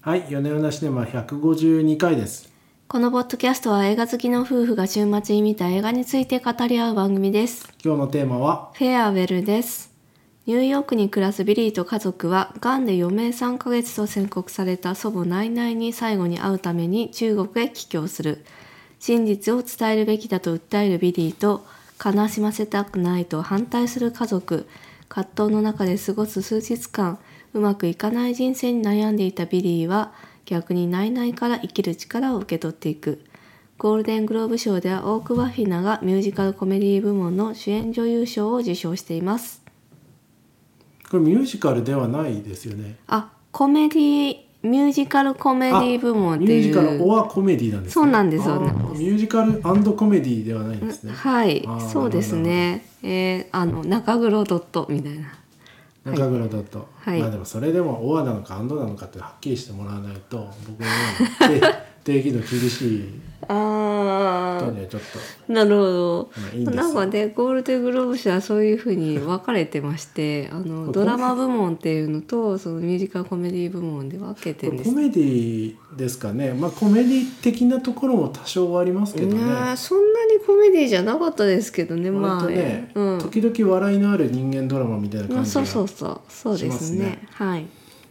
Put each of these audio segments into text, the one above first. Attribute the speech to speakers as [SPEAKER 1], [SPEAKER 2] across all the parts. [SPEAKER 1] はい、夜な夜なシネマ152回です。
[SPEAKER 2] このポッドキャストは映画好きの夫婦が週末に見た映画について語り合う番組です。
[SPEAKER 1] 今日のテーマは、
[SPEAKER 2] フェアウェルです。ニューヨークに暮らすビリーと家族は、癌で余命3ヶ月と宣告された祖母ナイナイに最後に会うために中国へ帰郷する。真実を伝えるべきだと訴えるビリーと、悲しませたくないと反対する家族、葛藤の中で過ごす数日間、うまくいかない人生に悩んでいたビリーは、逆にナイナイから生きる力を受け取っていく。ゴールデングローブ賞では大久保ひながミュージカルコメディ部門の主演女優賞を受賞しています。
[SPEAKER 1] これミュージカルではないですよね。
[SPEAKER 2] あ、コメディミュージカルコメディ部門っていう。
[SPEAKER 1] ミュージカルオアコメディなんですね
[SPEAKER 2] そうなんです
[SPEAKER 1] あー
[SPEAKER 2] そうなん
[SPEAKER 1] ミュージカルコメディではないんですね。
[SPEAKER 2] はい
[SPEAKER 1] あー、
[SPEAKER 2] そうですね。えー、あの中黒ドットみたいな。
[SPEAKER 1] 中黒だと、
[SPEAKER 2] はい
[SPEAKER 1] まあでもそれでもオアなのかアンドなのかってはっきりしてもらわないと僕のような 定定義の厳しい
[SPEAKER 2] あ
[SPEAKER 1] 人
[SPEAKER 2] ー
[SPEAKER 1] にはちょっと
[SPEAKER 2] なるほど
[SPEAKER 1] まあいいんですよ
[SPEAKER 2] なんかねゴールデングローブ賞はそういうふうに分かれてましてあのドラマ部門っていうのとそのミュージカルコメディ部門で分けて
[SPEAKER 1] こ
[SPEAKER 2] るん
[SPEAKER 1] れ
[SPEAKER 2] で
[SPEAKER 1] コ
[SPEAKER 2] す
[SPEAKER 1] メディですかねまあコメディ的なところも多少はありますけどね
[SPEAKER 2] ねえそんなにコメディじゃなかったですけどねま
[SPEAKER 1] 割
[SPEAKER 2] あ
[SPEAKER 1] とね、
[SPEAKER 2] うん
[SPEAKER 1] 時々笑いのある人間ドラマみたいな
[SPEAKER 2] ま
[SPEAKER 1] 感
[SPEAKER 2] あ、
[SPEAKER 1] じが、
[SPEAKER 2] そうそうそうそうで
[SPEAKER 1] しますす
[SPEAKER 2] ね
[SPEAKER 1] ね
[SPEAKER 2] はい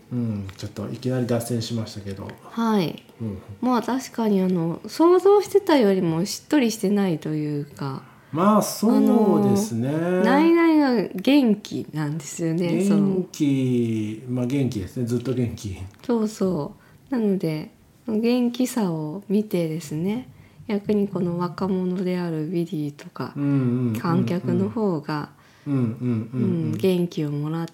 [SPEAKER 1] うん、ちょっといきなり脱線しましたけど、
[SPEAKER 2] はい
[SPEAKER 1] うん、
[SPEAKER 2] まあ確かにあの想像してたよりもしっとりしてないというか
[SPEAKER 1] まあそうですね、
[SPEAKER 2] 内々が元気なんですよねその
[SPEAKER 1] 元気まあ元気ですねずっと元気
[SPEAKER 2] そうそうなので元気さを見てですね逆にこの若者であるビリーとか
[SPEAKER 1] うんうんうんうん
[SPEAKER 2] 観客の方が、
[SPEAKER 1] うんうんう
[SPEAKER 2] うん
[SPEAKER 1] うん
[SPEAKER 2] ん、元気をもらっ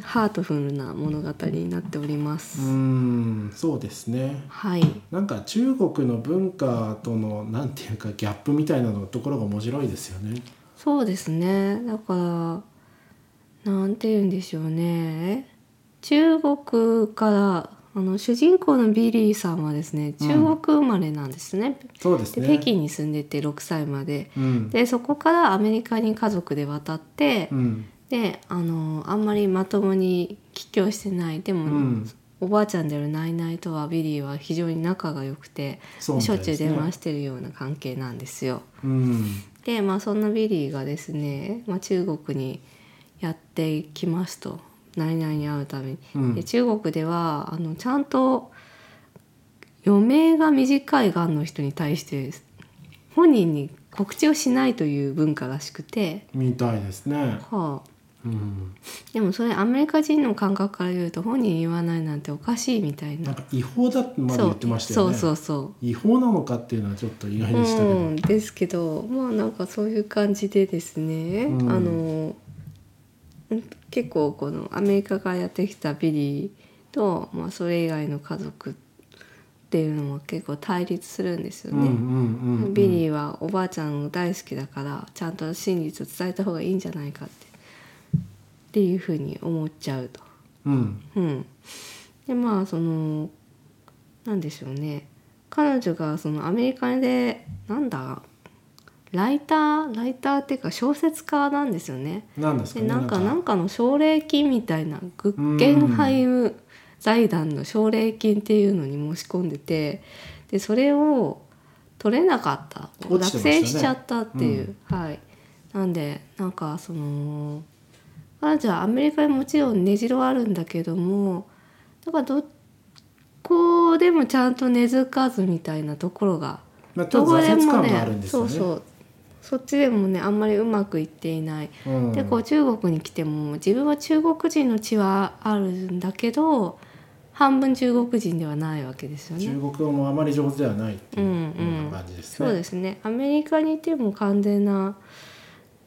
[SPEAKER 2] ハートフルな物語になっております。
[SPEAKER 1] うんそうですね
[SPEAKER 2] はい、
[SPEAKER 1] なんか中国の文化とのなんていうかギャップみたいなのところが面白いですよね
[SPEAKER 2] そうですね。だからなんて言うんでしょうね。中国からあの主人公のビリーさんはですね、中国生まれなんですね。
[SPEAKER 1] そうです
[SPEAKER 2] で
[SPEAKER 1] ね
[SPEAKER 2] 北京に住んでて6歳まで。
[SPEAKER 1] うん
[SPEAKER 2] でそこからアメリカに家族で渡って、
[SPEAKER 1] うん
[SPEAKER 2] であのあんまりまともに帰郷してないで
[SPEAKER 1] う
[SPEAKER 2] も、
[SPEAKER 1] ん
[SPEAKER 2] おばあちゃんであるナイナイとはビリーは非常に仲が良くて、
[SPEAKER 1] そうみ
[SPEAKER 2] したょ
[SPEAKER 1] い
[SPEAKER 2] っちゅ
[SPEAKER 1] で
[SPEAKER 2] う
[SPEAKER 1] すね
[SPEAKER 2] 電話してるような関係なんですよ。
[SPEAKER 1] うん
[SPEAKER 2] でまあそんなビリーがですね、まあ、中国にやってきますとナイナイに会うために。
[SPEAKER 1] うん
[SPEAKER 2] で中国ではあのちゃんと余命が短いがんの人に対して本人に告知をしないという文化らしくて、
[SPEAKER 1] みたいですね
[SPEAKER 2] はあ、
[SPEAKER 1] うん
[SPEAKER 2] でもそれアメリカ人の感覚から言うと本人に言わないなんておかしいみたい
[SPEAKER 1] なん
[SPEAKER 2] な
[SPEAKER 1] か違法だってまで言ってましたよね
[SPEAKER 2] そうそう
[SPEAKER 1] 違法なのかっていうのはちょっと意外
[SPEAKER 2] そう
[SPEAKER 1] でしたけど、
[SPEAKER 2] うん、ですけどまあなんかそういう感じでですね、
[SPEAKER 1] うん
[SPEAKER 2] あのうん結構このアメリカからやってきたビリーと、まあ、それ以外の家族っていうのも結構対立するんですよ
[SPEAKER 1] うんうん
[SPEAKER 2] ね。
[SPEAKER 1] うんうん
[SPEAKER 2] ビリーはおばあちゃんを大好きだからちゃんと真実を伝えた方がいいんじゃないかってっていうふうに思っちゃうと。
[SPEAKER 1] うん
[SPEAKER 2] うん、でまあそのなんでしょうね彼女がそのアメリカでなんだライターライターっていうか小説家なんですよね。
[SPEAKER 1] なんですか
[SPEAKER 2] で
[SPEAKER 1] ね
[SPEAKER 2] なんかなんかの奨励金みたいなグッゲンハイム財団の奨励金っていうのに申し込んでてでそれを取れなかった
[SPEAKER 1] 落
[SPEAKER 2] 落
[SPEAKER 1] ちてましたね
[SPEAKER 2] 選しちゃったっていう、はいなんでなんかその彼女はアメリカにもちろん根城はあるんだけどもだからどこでもちゃんと根付かずみたいなところが
[SPEAKER 1] まあ、ちょ
[SPEAKER 2] ど
[SPEAKER 1] っと挫
[SPEAKER 2] こで
[SPEAKER 1] 折
[SPEAKER 2] も
[SPEAKER 1] 感
[SPEAKER 2] ね
[SPEAKER 1] があるんです
[SPEAKER 2] そ
[SPEAKER 1] よ
[SPEAKER 2] う
[SPEAKER 1] ね
[SPEAKER 2] そうそっちでもねあんまりうまくいっていない
[SPEAKER 1] うん
[SPEAKER 2] でこう中国に来ても自分は中国人の血はあるんだけど半分中国人ではないわけですよね。
[SPEAKER 1] 中国語もあまり上手ではないっていう
[SPEAKER 2] うんうん
[SPEAKER 1] ような感じですね。
[SPEAKER 2] そうですねアメリカにいても完全な、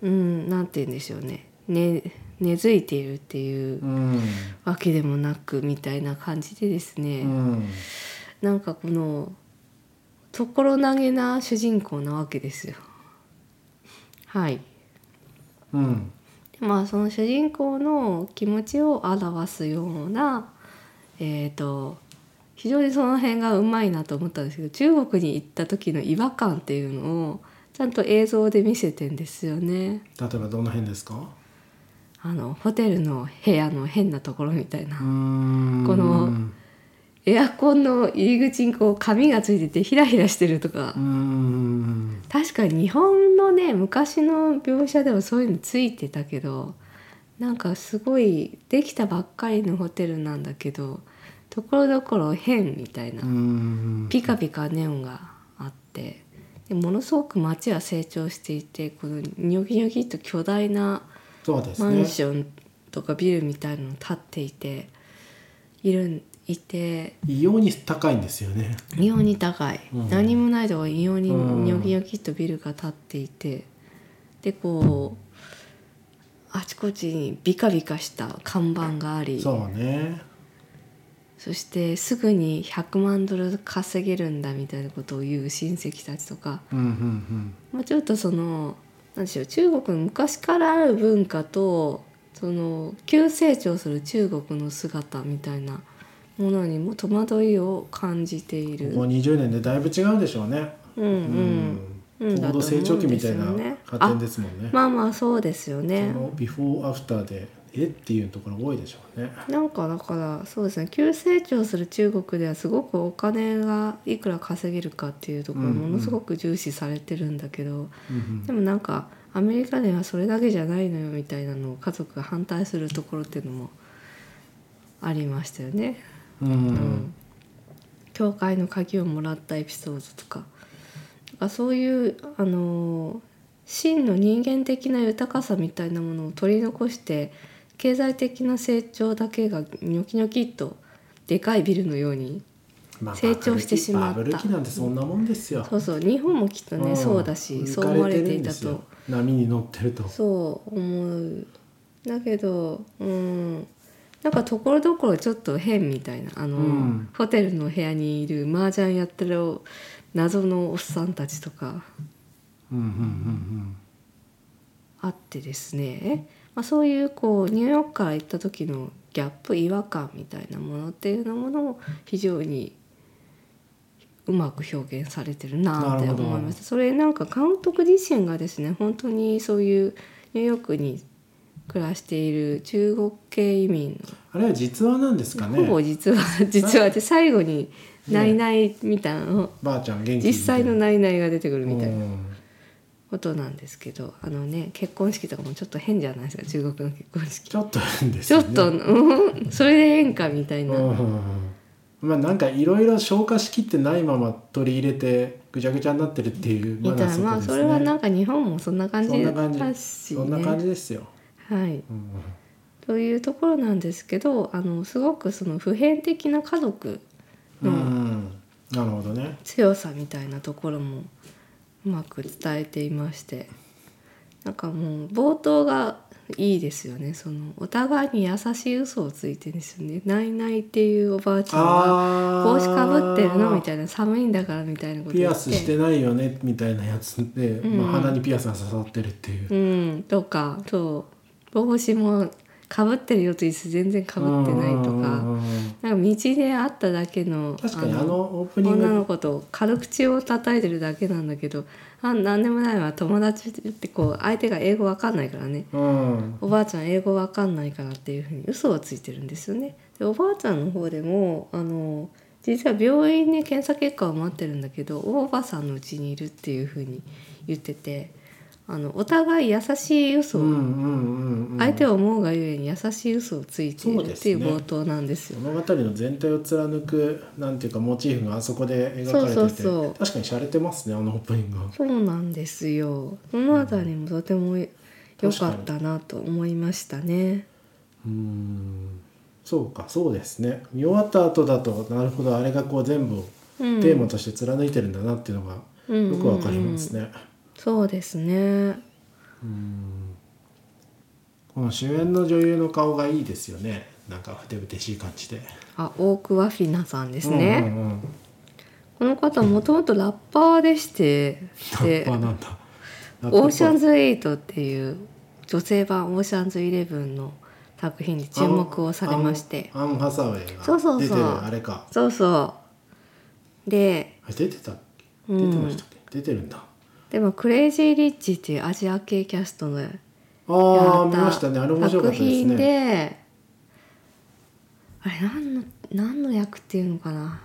[SPEAKER 2] うん、なんて言うんでしょうねね根付いているっていう
[SPEAKER 1] うん
[SPEAKER 2] わけでもなくみたいな感じでですね、
[SPEAKER 1] うん
[SPEAKER 2] なんかこのところ投げな主人公なわけですよ。はい
[SPEAKER 1] うん
[SPEAKER 2] まあその主人公の気持ちを表すようなえっ、と非常にその辺がうまいなと思ったんですけど中国に行った時の違和感っていうのをちゃんと映像で見せてんですよね。
[SPEAKER 1] 例えばどの辺ですか？
[SPEAKER 2] あのホテルの部屋の変なところみたいな、
[SPEAKER 1] うん
[SPEAKER 2] このエアコンの入り口にこう紙がついててヒラヒラしてるとか、
[SPEAKER 1] うーん
[SPEAKER 2] 確かに日本のね昔の描写でもそういうのついてたけどなんかすごいできたばっかりのホテルなんだけどところどころ変みたいうな
[SPEAKER 1] ーん
[SPEAKER 2] ピカピカネオンがあってでものすごく街は成長していてこのニョキニョキっと巨大な
[SPEAKER 1] そうです
[SPEAKER 2] マ
[SPEAKER 1] ね
[SPEAKER 2] ンションとかビルみたいの建っていているんいて
[SPEAKER 1] 異様に高いんですよね
[SPEAKER 2] 異様に高い、
[SPEAKER 1] うん
[SPEAKER 2] 何もないところに異様に
[SPEAKER 1] うん
[SPEAKER 2] ニョキニョキっとビルが建っていてでこうあちこちにビカビカした看板があり
[SPEAKER 1] そうね
[SPEAKER 2] そしてすぐに100万ドル稼げるんだみたいなことを言う親戚たちとか、
[SPEAKER 1] うんうん
[SPEAKER 2] まあ、ちょっとそのなんでしょう中国の昔からある文化とその急成長する中国の姿みたいなものにも戸惑いを感じてい
[SPEAKER 1] うん
[SPEAKER 2] る。
[SPEAKER 1] ここ20年でだいぶ違うでしょうね
[SPEAKER 2] うんうん
[SPEAKER 1] う
[SPEAKER 2] うん
[SPEAKER 1] ん高度成長期みたい
[SPEAKER 2] だ
[SPEAKER 1] な
[SPEAKER 2] と思うんですよね
[SPEAKER 1] 発展ですもんね
[SPEAKER 2] まあまあそうですよね
[SPEAKER 1] そ。のビフォーアフターでえっていうところ多いでしょうね
[SPEAKER 2] なんかだからそうですね急成長する中国ではすごくお金がいくら稼げるかっていうところ
[SPEAKER 1] うんうん
[SPEAKER 2] ものすごく重視されてるんだけど、
[SPEAKER 1] うんうん
[SPEAKER 2] でもなんかアメリカではそれだけじゃないのよみたいなのを家族が反対するところっていうのもありましたよね。
[SPEAKER 1] うんうん
[SPEAKER 2] 教会の鍵をもらったエピソードとかなんかそういうあの真の人間的な豊かさみたいなものを取り残して経済的な成長だけがニョキニョキっとでかいビルのように
[SPEAKER 1] まあ
[SPEAKER 2] 成長してしまった
[SPEAKER 1] バブル期なんてそんなもんですよ
[SPEAKER 2] そうそう日本もきっとね、
[SPEAKER 1] ん
[SPEAKER 2] そうだし
[SPEAKER 1] 浮
[SPEAKER 2] そう
[SPEAKER 1] か
[SPEAKER 2] 思わ
[SPEAKER 1] れ
[SPEAKER 2] れ
[SPEAKER 1] て
[SPEAKER 2] て
[SPEAKER 1] る
[SPEAKER 2] い
[SPEAKER 1] んで
[SPEAKER 2] た
[SPEAKER 1] すよ
[SPEAKER 2] と
[SPEAKER 1] 波に乗ってると
[SPEAKER 2] そう思うだけどうんなんかところどころちょっと変みたいなあの、
[SPEAKER 1] うん
[SPEAKER 2] ホテルの部屋にいる麻雀やってる謎のおっさんたちとか
[SPEAKER 1] うんうんうん
[SPEAKER 2] あってですね、まあ、そういうこうニューヨークから行った時のギャップ違和感みたいなものっていうのものを非常にうまく表現されてるなって
[SPEAKER 1] なるほど
[SPEAKER 2] 思いましたそれなんか監督自身がですね本当にそういうニューヨークに暮らしている中国系移民
[SPEAKER 1] あれは実話なんですか
[SPEAKER 2] の、
[SPEAKER 1] ね
[SPEAKER 2] ほぼ実は実はで最後に「
[SPEAKER 1] ね
[SPEAKER 2] ナイナイ」みたいなの
[SPEAKER 1] ばあちゃん元気
[SPEAKER 2] 実際の「
[SPEAKER 1] い
[SPEAKER 2] ナイナイ」が出てくるみたいな。
[SPEAKER 1] うん
[SPEAKER 2] ことなんですけどあのね結婚式とかもちょっと変じゃないですか中国の結婚式
[SPEAKER 1] ちょっと変です
[SPEAKER 2] ちょ
[SPEAKER 1] よ
[SPEAKER 2] っ
[SPEAKER 1] ね
[SPEAKER 2] と、うん、それでええんかみたいな、
[SPEAKER 1] うんまあなんかいろいろ消化しきってないまま取り入れてぐちゃぐちゃになってるっていう
[SPEAKER 2] みたいなまあそれはなんか日本もそんな感
[SPEAKER 1] そ
[SPEAKER 2] じ
[SPEAKER 1] ん
[SPEAKER 2] だ
[SPEAKER 1] な感じ
[SPEAKER 2] しね
[SPEAKER 1] そんな感じですよ、
[SPEAKER 2] は
[SPEAKER 1] う
[SPEAKER 2] い
[SPEAKER 1] ん
[SPEAKER 2] というところなんですけどあのすごくその普遍的な家族
[SPEAKER 1] う
[SPEAKER 2] うんん
[SPEAKER 1] なるほどね
[SPEAKER 2] 強さみたいなところもうまく伝えていましてなんかもう冒頭がいいですよねそのお互いに優しい嘘をついてるんですよね「ないない」っていうおばあちゃんは
[SPEAKER 1] あー
[SPEAKER 2] 帽子かぶってるのみたいな寒いんだからみたいなこと
[SPEAKER 1] ピ
[SPEAKER 2] 言
[SPEAKER 1] ア
[SPEAKER 2] っ
[SPEAKER 1] ス
[SPEAKER 2] て
[SPEAKER 1] してないよねみたいなやつで、
[SPEAKER 2] ん
[SPEAKER 1] まあ、鼻にピアスが刺さってるっていう、
[SPEAKER 2] うんとかそう帽子もかぶってるよと言いつつ全然かぶってないと
[SPEAKER 1] うんうん
[SPEAKER 2] か
[SPEAKER 1] うんうん
[SPEAKER 2] なんか道で会っただけの
[SPEAKER 1] 確かにあ
[SPEAKER 2] あ
[SPEAKER 1] の
[SPEAKER 2] の
[SPEAKER 1] オープニン
[SPEAKER 2] 女
[SPEAKER 1] グ
[SPEAKER 2] の子と軽口を叩いてるだけなんだけどあ何でもないわ友達ってこう相手が英語わかんないからね
[SPEAKER 1] うん
[SPEAKER 2] おばあちゃん英語わかんないからっていうふうに嘘をついてるんですよね。でおばあちゃんの方でもあの実は病院で検査結果を待ってるんだけどおばさんのうちにいるっていうふうに言っててあのお互い優しい嘘
[SPEAKER 1] う
[SPEAKER 2] を、
[SPEAKER 1] んうんうん、
[SPEAKER 2] 相手を思うがゆえに優しい嘘をついている
[SPEAKER 1] そ
[SPEAKER 2] っていう
[SPEAKER 1] うですね
[SPEAKER 2] 冒頭なんですよ。
[SPEAKER 1] 物語の全体を貫くなんていうかモチーフがあそこで描かれてて
[SPEAKER 2] そうそうそう
[SPEAKER 1] 確かに洒落てますねあのオープニングは
[SPEAKER 2] そうなんですよ。そのあたりもとても良かったなと思いましたね。
[SPEAKER 1] うーんそうかそうですね見終わった後だとなるほどあれがこう全部
[SPEAKER 2] うん
[SPEAKER 1] テーマとして貫いてるんだなっていうのが
[SPEAKER 2] うん
[SPEAKER 1] よくわかります
[SPEAKER 2] うんうん
[SPEAKER 1] ね、
[SPEAKER 2] そうですね。
[SPEAKER 1] うんこの主演の女優の顔がいいですよねなんかふてぶてしい感じで
[SPEAKER 2] あ、大桑フィナさんですね。
[SPEAKER 1] うんうんうん、
[SPEAKER 2] この方もともとラッパーでして、で
[SPEAKER 1] ラッパーなんだ
[SPEAKER 2] オーシャン
[SPEAKER 1] ズ
[SPEAKER 2] ズ8っていう女性版オーシャンズ11の作品で注目をされまして、
[SPEAKER 1] アンアンハサウェイ
[SPEAKER 2] そ
[SPEAKER 1] が
[SPEAKER 2] うそうそう
[SPEAKER 1] 出てるあれか
[SPEAKER 2] そうそう。で、
[SPEAKER 1] あ出てたっけ
[SPEAKER 2] う
[SPEAKER 1] 出
[SPEAKER 2] ん
[SPEAKER 1] てましたっけ、出てるんだ
[SPEAKER 2] でもクレイジーリッチっていうアジア系キャストのや
[SPEAKER 1] ああ見ま
[SPEAKER 2] っ
[SPEAKER 1] したたねあれ面白か
[SPEAKER 2] 作
[SPEAKER 1] ったです
[SPEAKER 2] 品
[SPEAKER 1] ね
[SPEAKER 2] で、あれ何の何の役っていうのかな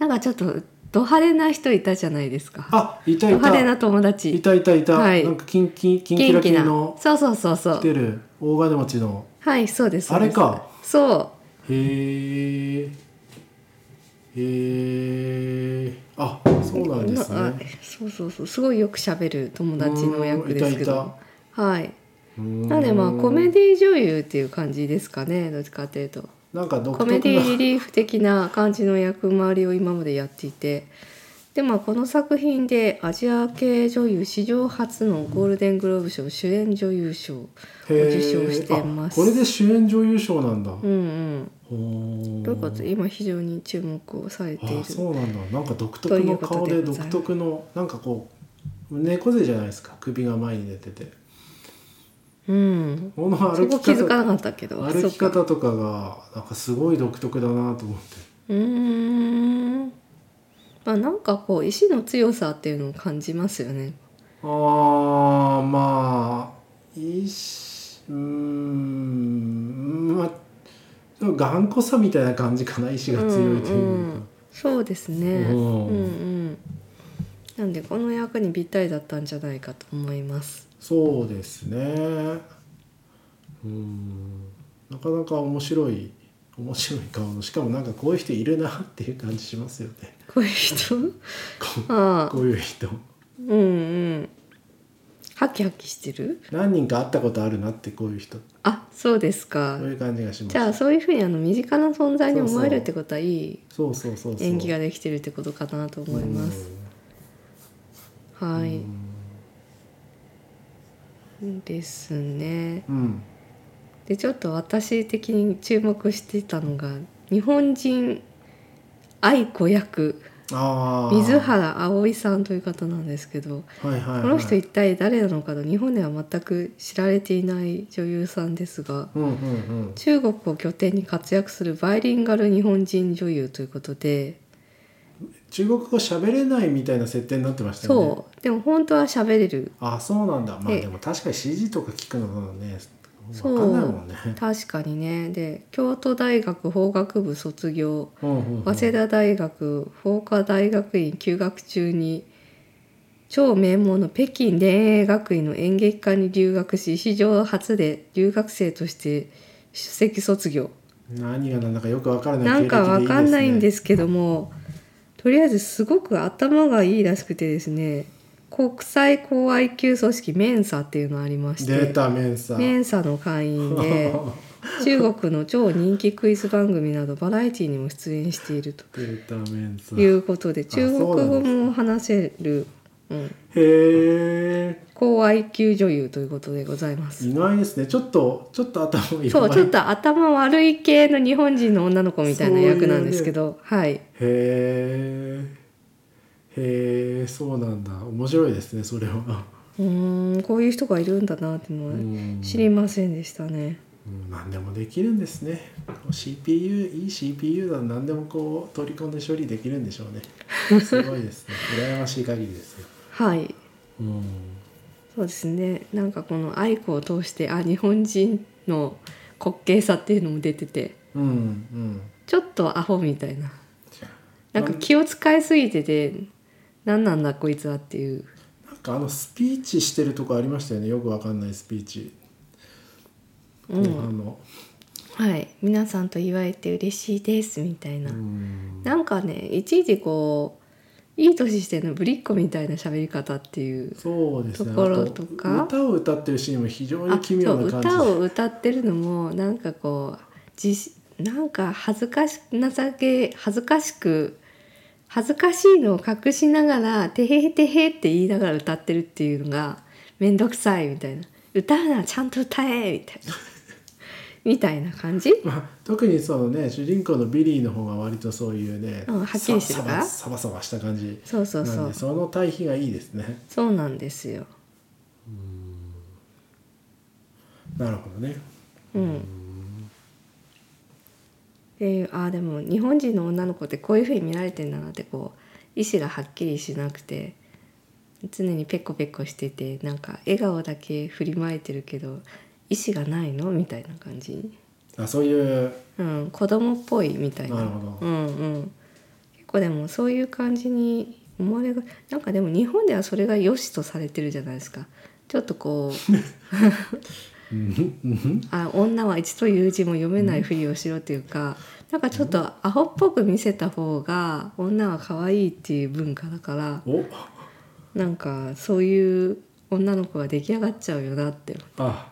[SPEAKER 2] なんかちょっとド派手な人いたじゃないですか
[SPEAKER 1] あいた
[SPEAKER 2] ド
[SPEAKER 1] い
[SPEAKER 2] 派手
[SPEAKER 1] た
[SPEAKER 2] な友達
[SPEAKER 1] いたいたいた、
[SPEAKER 2] はい
[SPEAKER 1] なんかキンキンキンキ
[SPEAKER 2] 元
[SPEAKER 1] ラ
[SPEAKER 2] 気
[SPEAKER 1] キン
[SPEAKER 2] な
[SPEAKER 1] の
[SPEAKER 2] そうそうそうそ
[SPEAKER 1] 来
[SPEAKER 2] う
[SPEAKER 1] てる大金持ちの
[SPEAKER 2] はいそうです
[SPEAKER 1] あれか
[SPEAKER 2] そうですそ
[SPEAKER 1] へえへえあそうなんです
[SPEAKER 2] なあ
[SPEAKER 1] ね
[SPEAKER 2] そうそうそうすごいよく喋る友達の役ですけどはいな
[SPEAKER 1] な
[SPEAKER 2] のでまあコメディ女優っていう感じですかねどっちかというと
[SPEAKER 1] なんか独
[SPEAKER 2] コ
[SPEAKER 1] 特
[SPEAKER 2] メ
[SPEAKER 1] な
[SPEAKER 2] ディリリーフ的な感じの役回りを今までやっていてでまあこの作品でアジア系女優史上初のゴールデングローブ賞主演女優賞を受賞してます
[SPEAKER 1] へーあこれで主演女優賞なんだ、
[SPEAKER 2] うんうん
[SPEAKER 1] ほー
[SPEAKER 2] ということで今非常に注目をされてい
[SPEAKER 1] あ
[SPEAKER 2] る
[SPEAKER 1] そうなんだなんか独特の顔
[SPEAKER 2] とい
[SPEAKER 1] で
[SPEAKER 2] うことでござい
[SPEAKER 1] 独
[SPEAKER 2] ます
[SPEAKER 1] 特のなんかこう猫背じゃないですか首が前に出てて
[SPEAKER 2] うん
[SPEAKER 1] この
[SPEAKER 2] そ
[SPEAKER 1] 歩
[SPEAKER 2] こ
[SPEAKER 1] き
[SPEAKER 2] 気づか
[SPEAKER 1] 方
[SPEAKER 2] なかったけど
[SPEAKER 1] 歩き
[SPEAKER 2] そうか
[SPEAKER 1] 方とかがなんかすごい独特だなと思って
[SPEAKER 2] うーんまあなんかこう意志の強さっていうのを感じますよね
[SPEAKER 1] ああまあいいしうーんまあちょっと頑固さみたいな感じかな意志が強いというか、
[SPEAKER 2] そうですね
[SPEAKER 1] う
[SPEAKER 2] うんんうんなんでこの役にぴったりだったんじゃないかと思います
[SPEAKER 1] そうですねうんなかなか面白い面白い顔のしかもなんかこういう人いるなっていう感じしますよね
[SPEAKER 2] こういう人
[SPEAKER 1] こ
[SPEAKER 2] ああ
[SPEAKER 1] こういう人
[SPEAKER 2] うんうんハキハキしてる
[SPEAKER 1] 何人か会ったことあるなってこういう人こ
[SPEAKER 2] あそうですか
[SPEAKER 1] ういう感じがします
[SPEAKER 2] じゃあそういうふうにあの身近な存在に思えるってことはいい
[SPEAKER 1] そうそうそうそう
[SPEAKER 2] 演技ができてるってことかなと思います
[SPEAKER 1] うん
[SPEAKER 2] はいですね
[SPEAKER 1] うん
[SPEAKER 2] でちょっと私的に注目してたのが日本人愛子役
[SPEAKER 1] ああ
[SPEAKER 2] 水原葵さんという方なんですけど
[SPEAKER 1] はいはいはい、
[SPEAKER 2] この人一体誰なのかと日本では全く知られていない女優さんですが
[SPEAKER 1] うんうんうん
[SPEAKER 2] 中国を拠点に活躍するバイリンガル日本人女優ということで
[SPEAKER 1] 中国語喋れないみたいな設定になってましたよね
[SPEAKER 2] そうでも本当は喋 れる
[SPEAKER 1] あそうなんだまあ
[SPEAKER 2] ええ
[SPEAKER 1] でも確かに CG とか聞くのはね
[SPEAKER 2] そ
[SPEAKER 1] 分
[SPEAKER 2] う
[SPEAKER 1] かんないもんね
[SPEAKER 2] 確かにねで京都大学法学部卒業
[SPEAKER 1] うんうんうん
[SPEAKER 2] 早稲田大学法科大学院休学中に超名門の北京田園学院の演劇科に留学し史上初で留学生として首席卒業
[SPEAKER 1] 何が何だかよく分からない
[SPEAKER 2] なんかわかんないんですすけどもとりあえずすごく頭がいいらしくてですね国際高 IQ 組織メンサっていうのありまし
[SPEAKER 1] ねデー
[SPEAKER 2] て
[SPEAKER 1] タメンサ
[SPEAKER 2] メンサの会員で
[SPEAKER 1] デ
[SPEAKER 2] 中国の超人気クイズ番組などバラエティにも出演していると。
[SPEAKER 1] ータメンサ
[SPEAKER 2] い
[SPEAKER 1] へ
[SPEAKER 2] うことで中国語も話せる、うん、
[SPEAKER 1] え
[SPEAKER 2] 高 IQ 女優ということでございます。
[SPEAKER 1] 意外ですねちょっとちょっと頭弱い
[SPEAKER 2] そうちょっと頭悪い系の日本人の女の子みたいな役なんですけどはい
[SPEAKER 1] へえへえそうなんだ面白いですねそれは
[SPEAKER 2] うーんこういう人がいるんだなっていうの
[SPEAKER 1] う
[SPEAKER 2] は
[SPEAKER 1] ん
[SPEAKER 2] 知りませんでしたね。
[SPEAKER 1] うん何でもできるんですね CPU いい CPU なら何でもこう取り込んで処理できるんでしょう ねすごいですね羨ましい限りですよ
[SPEAKER 2] はい
[SPEAKER 1] うん
[SPEAKER 2] そうですねなんかこの愛子を通してあ日本人の滑稽さっていうのも出てて
[SPEAKER 1] うんうん
[SPEAKER 2] ちょっとアホみたいななんか気を使いすぎてて何なんだこいつはっていう
[SPEAKER 1] なんかあのスピーチしてるとこありましたよねよくわかんないスピーチ後半の
[SPEAKER 2] はい、皆さんと言われて嬉しいですみたいな、
[SPEAKER 1] うん
[SPEAKER 2] なんかねいちいちこういい年してのぶりっ子みたいな喋り方っていう
[SPEAKER 1] そうですね
[SPEAKER 2] ところとか
[SPEAKER 1] あ歌を歌ってるシーンも非常
[SPEAKER 2] あ
[SPEAKER 1] に
[SPEAKER 2] そ
[SPEAKER 1] 奇妙
[SPEAKER 2] う
[SPEAKER 1] な感じで
[SPEAKER 2] 歌を歌ってるのもなんかこう自しなんか恥ずかし情け恥ずかしく恥ずかしいのを隠しながら「てへへてへ」って言いながら歌ってるっていうのが面倒くさいみたいな「歌うならちゃんと歌え」みたいな みたいな感じ
[SPEAKER 1] まあ、特にそのね主人公のビリーの方が割とそういうね、
[SPEAKER 2] うんはっきりしてるから
[SPEAKER 1] サバサバサバした感じ
[SPEAKER 2] そうそうそ
[SPEAKER 1] なん
[SPEAKER 2] う
[SPEAKER 1] でその対比がいいですね
[SPEAKER 2] そうなんですよ。
[SPEAKER 1] なるほどね
[SPEAKER 2] うん、っていうあーでも日本人の女の子ってこういうふうに見られてんだなってこう意思がはっきりしなくて常にペコペコしててなんか笑顔だけ振りまいてるけど意思がないのみたいな感じ
[SPEAKER 1] あそういう
[SPEAKER 2] うん、子供っぽいみたいな
[SPEAKER 1] なるほ
[SPEAKER 2] うんうん、結構でもそういう感じに思われがなんかでも日本ではそれが良しとされてるじゃないですかちょっとこう
[SPEAKER 1] うんうん
[SPEAKER 2] あ女は一という字も読めないふりをしろっていうか、なんかちょっとアホっぽく見せた方が女は可愛いっていう文化だから
[SPEAKER 1] お
[SPEAKER 2] なんかそういう女の子が出来上がっちゃうよなって
[SPEAKER 1] あ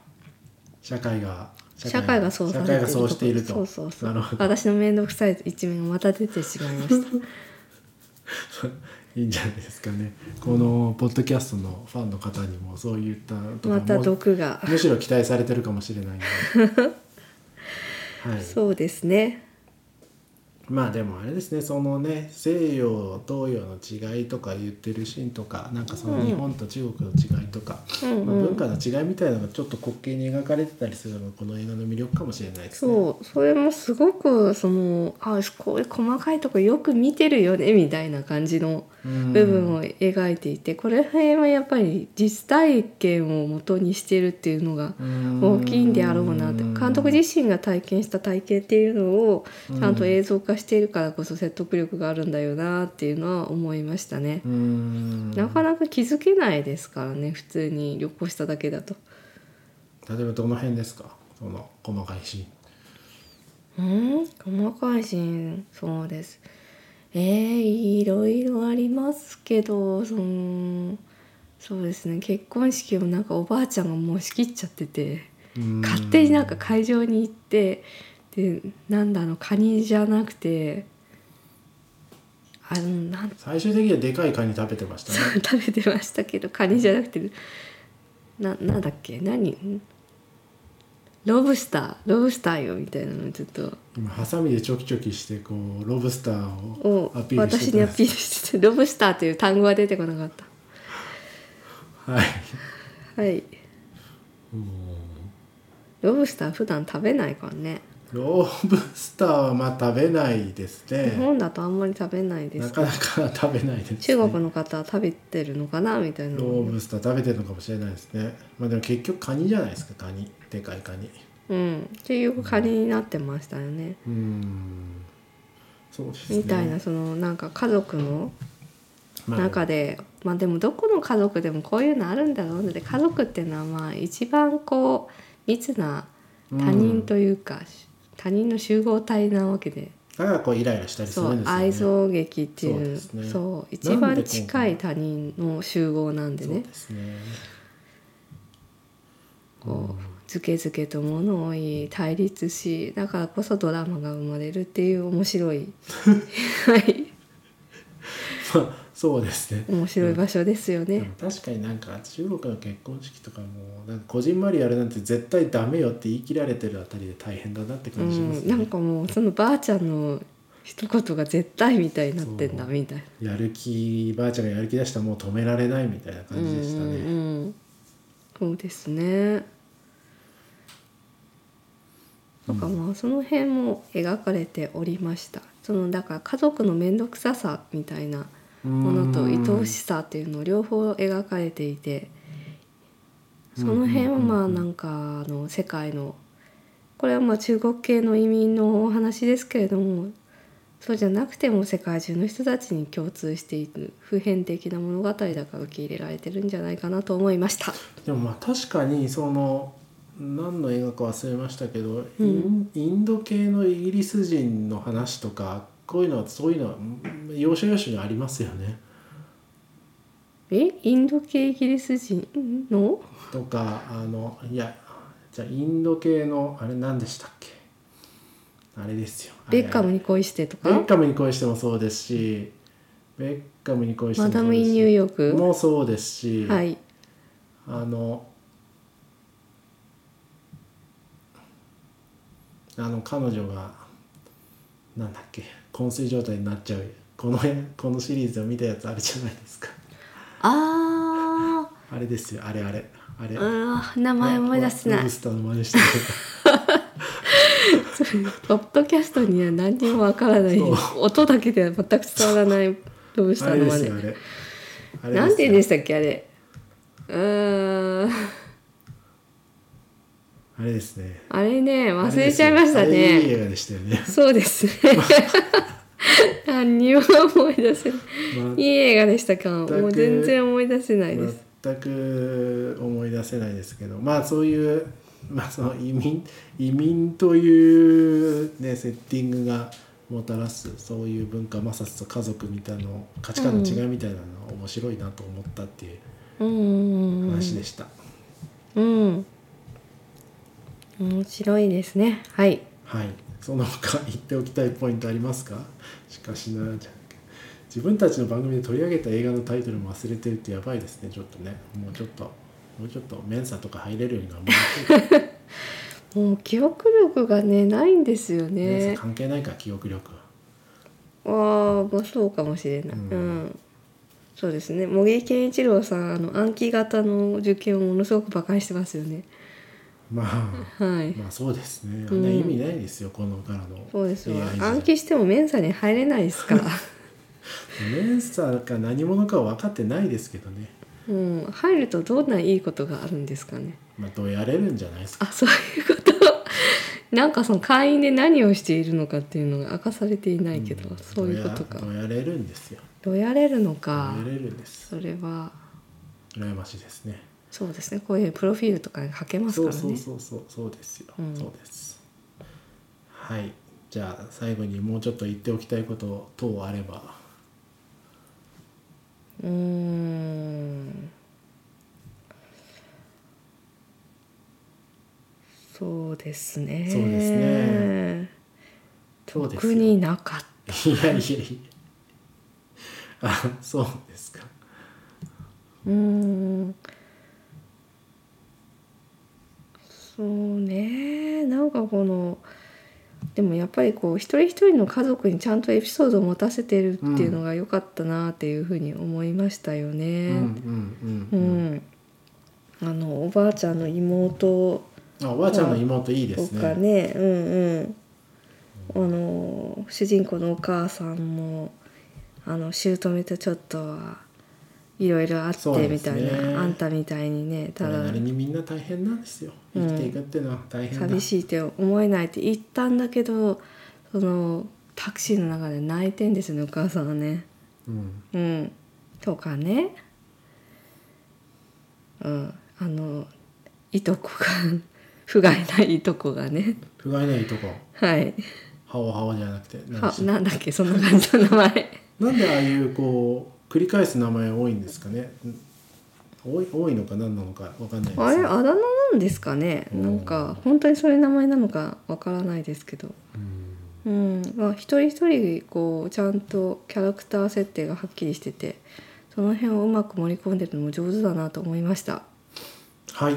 [SPEAKER 1] 社会が
[SPEAKER 2] 社会がそう
[SPEAKER 1] 社
[SPEAKER 2] され
[SPEAKER 1] 会
[SPEAKER 2] て
[SPEAKER 1] がそうしていると
[SPEAKER 2] そうそうそう
[SPEAKER 1] なるほど
[SPEAKER 2] 私の面倒くさい一面がまた出てしまい ました
[SPEAKER 1] いいんじゃないですかねこのポッドキャストのファンの方にもそういったと
[SPEAKER 2] また
[SPEAKER 1] も
[SPEAKER 2] 毒が
[SPEAKER 1] むしろ期待されてるかもしれないので、はい、
[SPEAKER 2] そうですね
[SPEAKER 1] まあでもあれですねそのね西洋東洋の違いとか言ってるシーンとかなんかその日本と中国の違いとか、
[SPEAKER 2] うんうん
[SPEAKER 1] まあ文化の違いみたいなのがちょっと滑稽に描かれてたりするのがこの映画の魅力かもしれないですね。
[SPEAKER 2] そうそれもすごくそのあこういう細かいとこよく見てるよねみたいな感じの
[SPEAKER 1] うん
[SPEAKER 2] 部分を描いていて、これ辺はやっぱり実体験を元にしてるっていうのが大きいんであろうなって監督自身が体験した体験っていうのを
[SPEAKER 1] うん
[SPEAKER 2] ちゃんと映像化しているからこそ説得力があるんだよなっていうのは思いましたね。
[SPEAKER 1] うん
[SPEAKER 2] なかなか気づけないですからね普通に旅行しただけだと。
[SPEAKER 1] 例えばどの辺ですかその細かいシーン。
[SPEAKER 2] うん、細かいシーン、そうです。えー、いろいろありますけど、その。そうですね、結婚式をなんかおばあちゃんがもう仕切っちゃってて。
[SPEAKER 1] うん
[SPEAKER 2] 勝手になんか会場に行って。で、なんだあのカニじゃなくて。あの、なん
[SPEAKER 1] 最終的にはでかいカニ食べてましたね。
[SPEAKER 2] 食べてましたけど、カニじゃなくて。な、なんだっけ、何。ロブスター、ロブスターよみたいなの、ちょっと。
[SPEAKER 1] 今ハサミでチョキチョキしてこうロブスターを
[SPEAKER 2] を
[SPEAKER 1] アピールして
[SPEAKER 2] 私にア
[SPEAKER 1] たんで
[SPEAKER 2] ピールしててロブスターという単語は出てこなかっ
[SPEAKER 1] すはい。
[SPEAKER 2] たはいロブスター普段食べないからね
[SPEAKER 1] ロブスターはまあ食べないです
[SPEAKER 2] 日
[SPEAKER 1] ね。
[SPEAKER 2] 本だとあんまり食べないで
[SPEAKER 1] な
[SPEAKER 2] す
[SPEAKER 1] かなか食べないです、ね。
[SPEAKER 2] 中国の方は食べてるのかなみたいな
[SPEAKER 1] ロブスター食べてるのかもしれないですね。まあでも結局カニじゃないですかカニでかいカニ。
[SPEAKER 2] うんっていうカニになってましたよね
[SPEAKER 1] うん。そうですね。
[SPEAKER 2] みたいなそのなんか家族の
[SPEAKER 1] まあ
[SPEAKER 2] 中でまあでもどこの家族でもこういうのあるんだろうので家族っていうのはまあ一番こう密な他人というか、他人の集合体なわけで
[SPEAKER 1] だからこうイライラしたりす
[SPEAKER 2] そ
[SPEAKER 1] るん
[SPEAKER 2] う
[SPEAKER 1] ですよね。
[SPEAKER 2] 愛憎劇っていう
[SPEAKER 1] そう
[SPEAKER 2] そう,、
[SPEAKER 1] ですね
[SPEAKER 2] 一
[SPEAKER 1] なんで
[SPEAKER 2] 番
[SPEAKER 1] こう
[SPEAKER 2] 近い他人の集合なんで
[SPEAKER 1] そう
[SPEAKER 2] ね
[SPEAKER 1] ですね。
[SPEAKER 2] こうずけずけと物を言い対立しだからこそドラマが生まれるっていう面白いはい
[SPEAKER 1] まあそうですね。
[SPEAKER 2] 面白い場所ですよ
[SPEAKER 1] でも
[SPEAKER 2] ね。
[SPEAKER 1] 確かになんか中国の結婚式とかもなんかこじんまりやるなんて絶対ダメよって言い切られてるあたりで大変だなって
[SPEAKER 2] う
[SPEAKER 1] 感じします
[SPEAKER 2] ん、
[SPEAKER 1] ね。
[SPEAKER 2] なんかもうそのばあちゃんの一言が絶対みたいになってんだ
[SPEAKER 1] そう
[SPEAKER 2] みたいな。
[SPEAKER 1] やる気ばあちゃんがやる気出したらもう止められないみたいな感じでしたね。
[SPEAKER 2] うんうんうんそうですね。なんかまあその辺も描かれておりました。そのだから家族の面倒くささみたいなものと愛おしさっていうのを両方描かれていて、その辺はまあなんかあの世界のこれはまあ中国系の移民のお話ですけれども。そうじゃなくても世界中の人たちに共通している普遍的な物語だから受け入れられてるんじゃないかなと思いま した。
[SPEAKER 1] でもまあ確かにその何の映画か忘れましたけど、
[SPEAKER 2] うん
[SPEAKER 1] インインド系のイギリス人の話とかこういうのはそういうのはうん要所要所にありますよね。
[SPEAKER 2] えインド系イギリス人の
[SPEAKER 1] とかあのいやじゃあインド系のあれ何でしたっけあれですよ。あ
[SPEAKER 2] ベ
[SPEAKER 1] れ
[SPEAKER 2] ッカムに恋してと
[SPEAKER 1] ベッ
[SPEAKER 2] か
[SPEAKER 1] カムに恋してもそうですしベッカムに恋して
[SPEAKER 2] マ
[SPEAKER 1] も
[SPEAKER 2] ダ
[SPEAKER 1] そう
[SPEAKER 2] ム・イ
[SPEAKER 1] で
[SPEAKER 2] ン・ニュー
[SPEAKER 1] す
[SPEAKER 2] ヨー
[SPEAKER 1] し
[SPEAKER 2] ク
[SPEAKER 1] もそうですし、
[SPEAKER 2] はい
[SPEAKER 1] あのあの彼女がなんだっけ昏睡状態になっちゃうこの辺このシリーズを見たやつあれじゃないですか
[SPEAKER 2] あ
[SPEAKER 1] あれですよあれあれあれ、
[SPEAKER 2] ーうー名前思い出せな
[SPEAKER 1] ロ
[SPEAKER 2] い
[SPEAKER 1] ブスターの真似して
[SPEAKER 2] ポッドキャストには何にもわからない
[SPEAKER 1] そう
[SPEAKER 2] 音だけでは全く伝わらないロブス
[SPEAKER 1] た
[SPEAKER 2] タ
[SPEAKER 1] あ
[SPEAKER 2] ー
[SPEAKER 1] れで
[SPEAKER 2] のますで
[SPEAKER 1] よあれあれ
[SPEAKER 2] なんて言うん
[SPEAKER 1] で
[SPEAKER 2] です
[SPEAKER 1] よ
[SPEAKER 2] したっけあれうーん
[SPEAKER 1] あれですね
[SPEAKER 2] あれね忘れちゃいました
[SPEAKER 1] あれですあれいい
[SPEAKER 2] ね
[SPEAKER 1] 映画でしたよね、
[SPEAKER 2] そうです ね何にも思い出せないいい映画でしたかも
[SPEAKER 1] 全く
[SPEAKER 2] う全然思い出せないです、
[SPEAKER 1] 全く思い出せないですけどまあそういう、まあ、その移民移民という、ね、セッティングがもたらすそういう文化摩擦と家族みたいなの価値観の違いみたいなのは面白いなと思ったっていう
[SPEAKER 2] うんうんうん
[SPEAKER 1] 話でした、
[SPEAKER 2] うん面白いですねはい
[SPEAKER 1] はいその他言っておきたいポイントありますかしかしなじゃ自分たちの番組で取り上げた映画のタイトルも忘れてるってやばいですねちょっとねもうちょっともうちょっとメンサとか入れ るように頑張って
[SPEAKER 2] もう記憶力がねないんですよ
[SPEAKER 1] ね
[SPEAKER 2] ね
[SPEAKER 1] 関係ないか記憶力は
[SPEAKER 2] ああまあそうかもしれない、う
[SPEAKER 1] うんん
[SPEAKER 2] そうですね茂木健一郎さんあの暗記型の受験をものすごく馬鹿にしてますよね
[SPEAKER 1] まあ
[SPEAKER 2] はい、
[SPEAKER 1] まあそうですねあ
[SPEAKER 2] うん
[SPEAKER 1] んな意味ないですよ、このからの
[SPEAKER 2] そうですわ
[SPEAKER 1] AI 時代
[SPEAKER 2] 暗記してもメンサに入れないで すから
[SPEAKER 1] メンサか何者かは分かってないですけどね
[SPEAKER 2] うん入るとどんないいことがあるんですかね
[SPEAKER 1] まあどうやれるんじゃないですか
[SPEAKER 2] あそういうこと なんかその会員で何をしているのかっていうのが明かされていないけど、
[SPEAKER 1] ん
[SPEAKER 2] そういうことか
[SPEAKER 1] どうやどうやれるんですよ
[SPEAKER 2] どやれるの
[SPEAKER 1] どう
[SPEAKER 2] か
[SPEAKER 1] やれるんです
[SPEAKER 2] それは
[SPEAKER 1] 羨ましいですね
[SPEAKER 2] そうですねこういうプロフィールとかに書けます
[SPEAKER 1] そ
[SPEAKER 2] か
[SPEAKER 1] う
[SPEAKER 2] らね
[SPEAKER 1] そうそうそうそうですよ、
[SPEAKER 2] うん
[SPEAKER 1] そうですはいじゃあ最後にもうちょっと言っておきたいこと等あれば
[SPEAKER 2] うーんそうですね
[SPEAKER 1] そうですねそうです
[SPEAKER 2] 特
[SPEAKER 1] よ
[SPEAKER 2] になかっ
[SPEAKER 1] いやいやいやあそうですか
[SPEAKER 2] たうーんそうねなんかこのでもやっぱりこう一人一人の家族にちゃんとエピソードを持たせてるっていうのが良かったなっていうふうに思いましたよ
[SPEAKER 1] う
[SPEAKER 2] ね。
[SPEAKER 1] んうん
[SPEAKER 2] う
[SPEAKER 1] うん、うん
[SPEAKER 2] ん、あのおばあちゃんの妹
[SPEAKER 1] あおばあちゃんの妹いいで
[SPEAKER 2] と
[SPEAKER 1] す
[SPEAKER 2] か
[SPEAKER 1] ね。
[SPEAKER 2] ねうんうんあの主人公のお母さんもあの姑とちょっとはいろいろあっ
[SPEAKER 1] そう
[SPEAKER 2] て
[SPEAKER 1] で
[SPEAKER 2] み
[SPEAKER 1] す
[SPEAKER 2] た
[SPEAKER 1] ね
[SPEAKER 2] いな、あんたみたいにね
[SPEAKER 1] そ
[SPEAKER 2] た
[SPEAKER 1] れな
[SPEAKER 2] だ
[SPEAKER 1] りにみんな大変なんですよ。
[SPEAKER 2] う
[SPEAKER 1] 生
[SPEAKER 2] ん
[SPEAKER 1] きていくっていうのは大変だ。
[SPEAKER 2] 寂しいって思えないって言ったんだけどそのタクシーの中で泣いてんですよねお母さんはね。
[SPEAKER 1] うん。
[SPEAKER 2] うん、とかね、うん、あのいとこが 不甲斐ないいとこがね
[SPEAKER 1] 不甲斐ないとこ。
[SPEAKER 2] はい
[SPEAKER 1] ハオハオじゃなくて。何
[SPEAKER 2] は
[SPEAKER 1] でした
[SPEAKER 2] なんだっけそんな感じの名前
[SPEAKER 1] なんでああいうこう繰り返す名前多いんですかね。多い多いのか何なのかわかんないです
[SPEAKER 2] あれあだ名なんですかねなんか本当にそういう名前なのかわからないですけど、
[SPEAKER 1] うん
[SPEAKER 2] うんまあ、一人一人こうちゃんとキャラクター設定がはっきりしててその辺をうまく盛り込んでるのも上手だなと思いました
[SPEAKER 1] はい。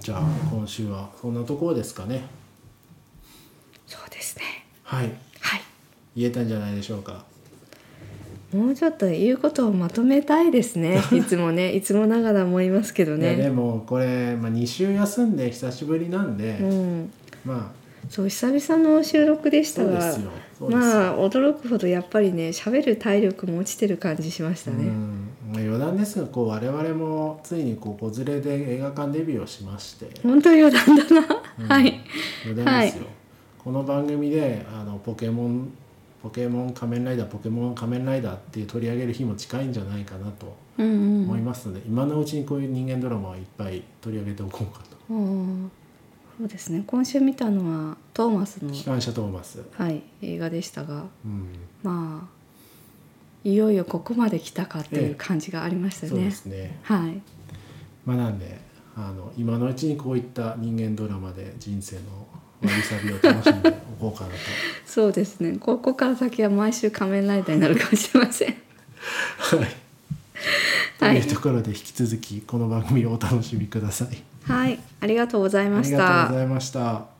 [SPEAKER 1] じゃあ今週はそんなところですかね。
[SPEAKER 2] そうですね
[SPEAKER 1] はい。
[SPEAKER 2] はい
[SPEAKER 1] 言えたんじゃないでしょうか。
[SPEAKER 2] もうちょっと言うことをまとめたいで すね。いつもね、いつもながら思いますけど
[SPEAKER 1] いやで
[SPEAKER 2] ね。
[SPEAKER 1] もこれまあ2週休んで久しぶりなんで、
[SPEAKER 2] うん、
[SPEAKER 1] まあ
[SPEAKER 2] そう久々の収録でし
[SPEAKER 1] そ
[SPEAKER 2] た
[SPEAKER 1] うで
[SPEAKER 2] が
[SPEAKER 1] す、よ。そうですよ
[SPEAKER 2] まあ驚くほどやっぱりね、喋る体力も落ちてる感じしました
[SPEAKER 1] う
[SPEAKER 2] ね。
[SPEAKER 1] んまあ余談ですがこう我々もついにこう子連れで映画館デビューをしまして、
[SPEAKER 2] 本当に余談だな。
[SPEAKER 1] うん
[SPEAKER 2] はい。
[SPEAKER 1] 余談ですよ、この番組であのポケモンポケモン仮面ライダーポケモン仮面ライダーって取り上げる日も近いんじゃないかなと
[SPEAKER 2] うんうん。
[SPEAKER 1] 思いますので、今のうちにこういう人間ドラマをいっぱい取り上げておこうかと
[SPEAKER 2] うんそうですね。今週見たのはトーマスの
[SPEAKER 1] 「機関車トーマス」
[SPEAKER 2] はい映画でしたが、
[SPEAKER 1] うん、
[SPEAKER 2] まあいよいよここまで来たかってい
[SPEAKER 1] え
[SPEAKER 2] う
[SPEAKER 1] え
[SPEAKER 2] 感じがありました
[SPEAKER 1] そうで
[SPEAKER 2] ね。
[SPEAKER 1] すね
[SPEAKER 2] はい。
[SPEAKER 1] まあなんであの今のうちにこういった人間ドラマで人生のわびさびを楽しんでおこうかなと。
[SPEAKER 2] そうですね。ここから先は毎週仮面ライダーになるかもしれません。
[SPEAKER 1] はい。 と
[SPEAKER 2] はい
[SPEAKER 1] いうところで引き続きこの番組をお楽しみください。
[SPEAKER 2] はい、ありがとうござい
[SPEAKER 1] あ
[SPEAKER 2] ま
[SPEAKER 1] り
[SPEAKER 2] し
[SPEAKER 1] がとう
[SPEAKER 2] た
[SPEAKER 1] ご。ざいました。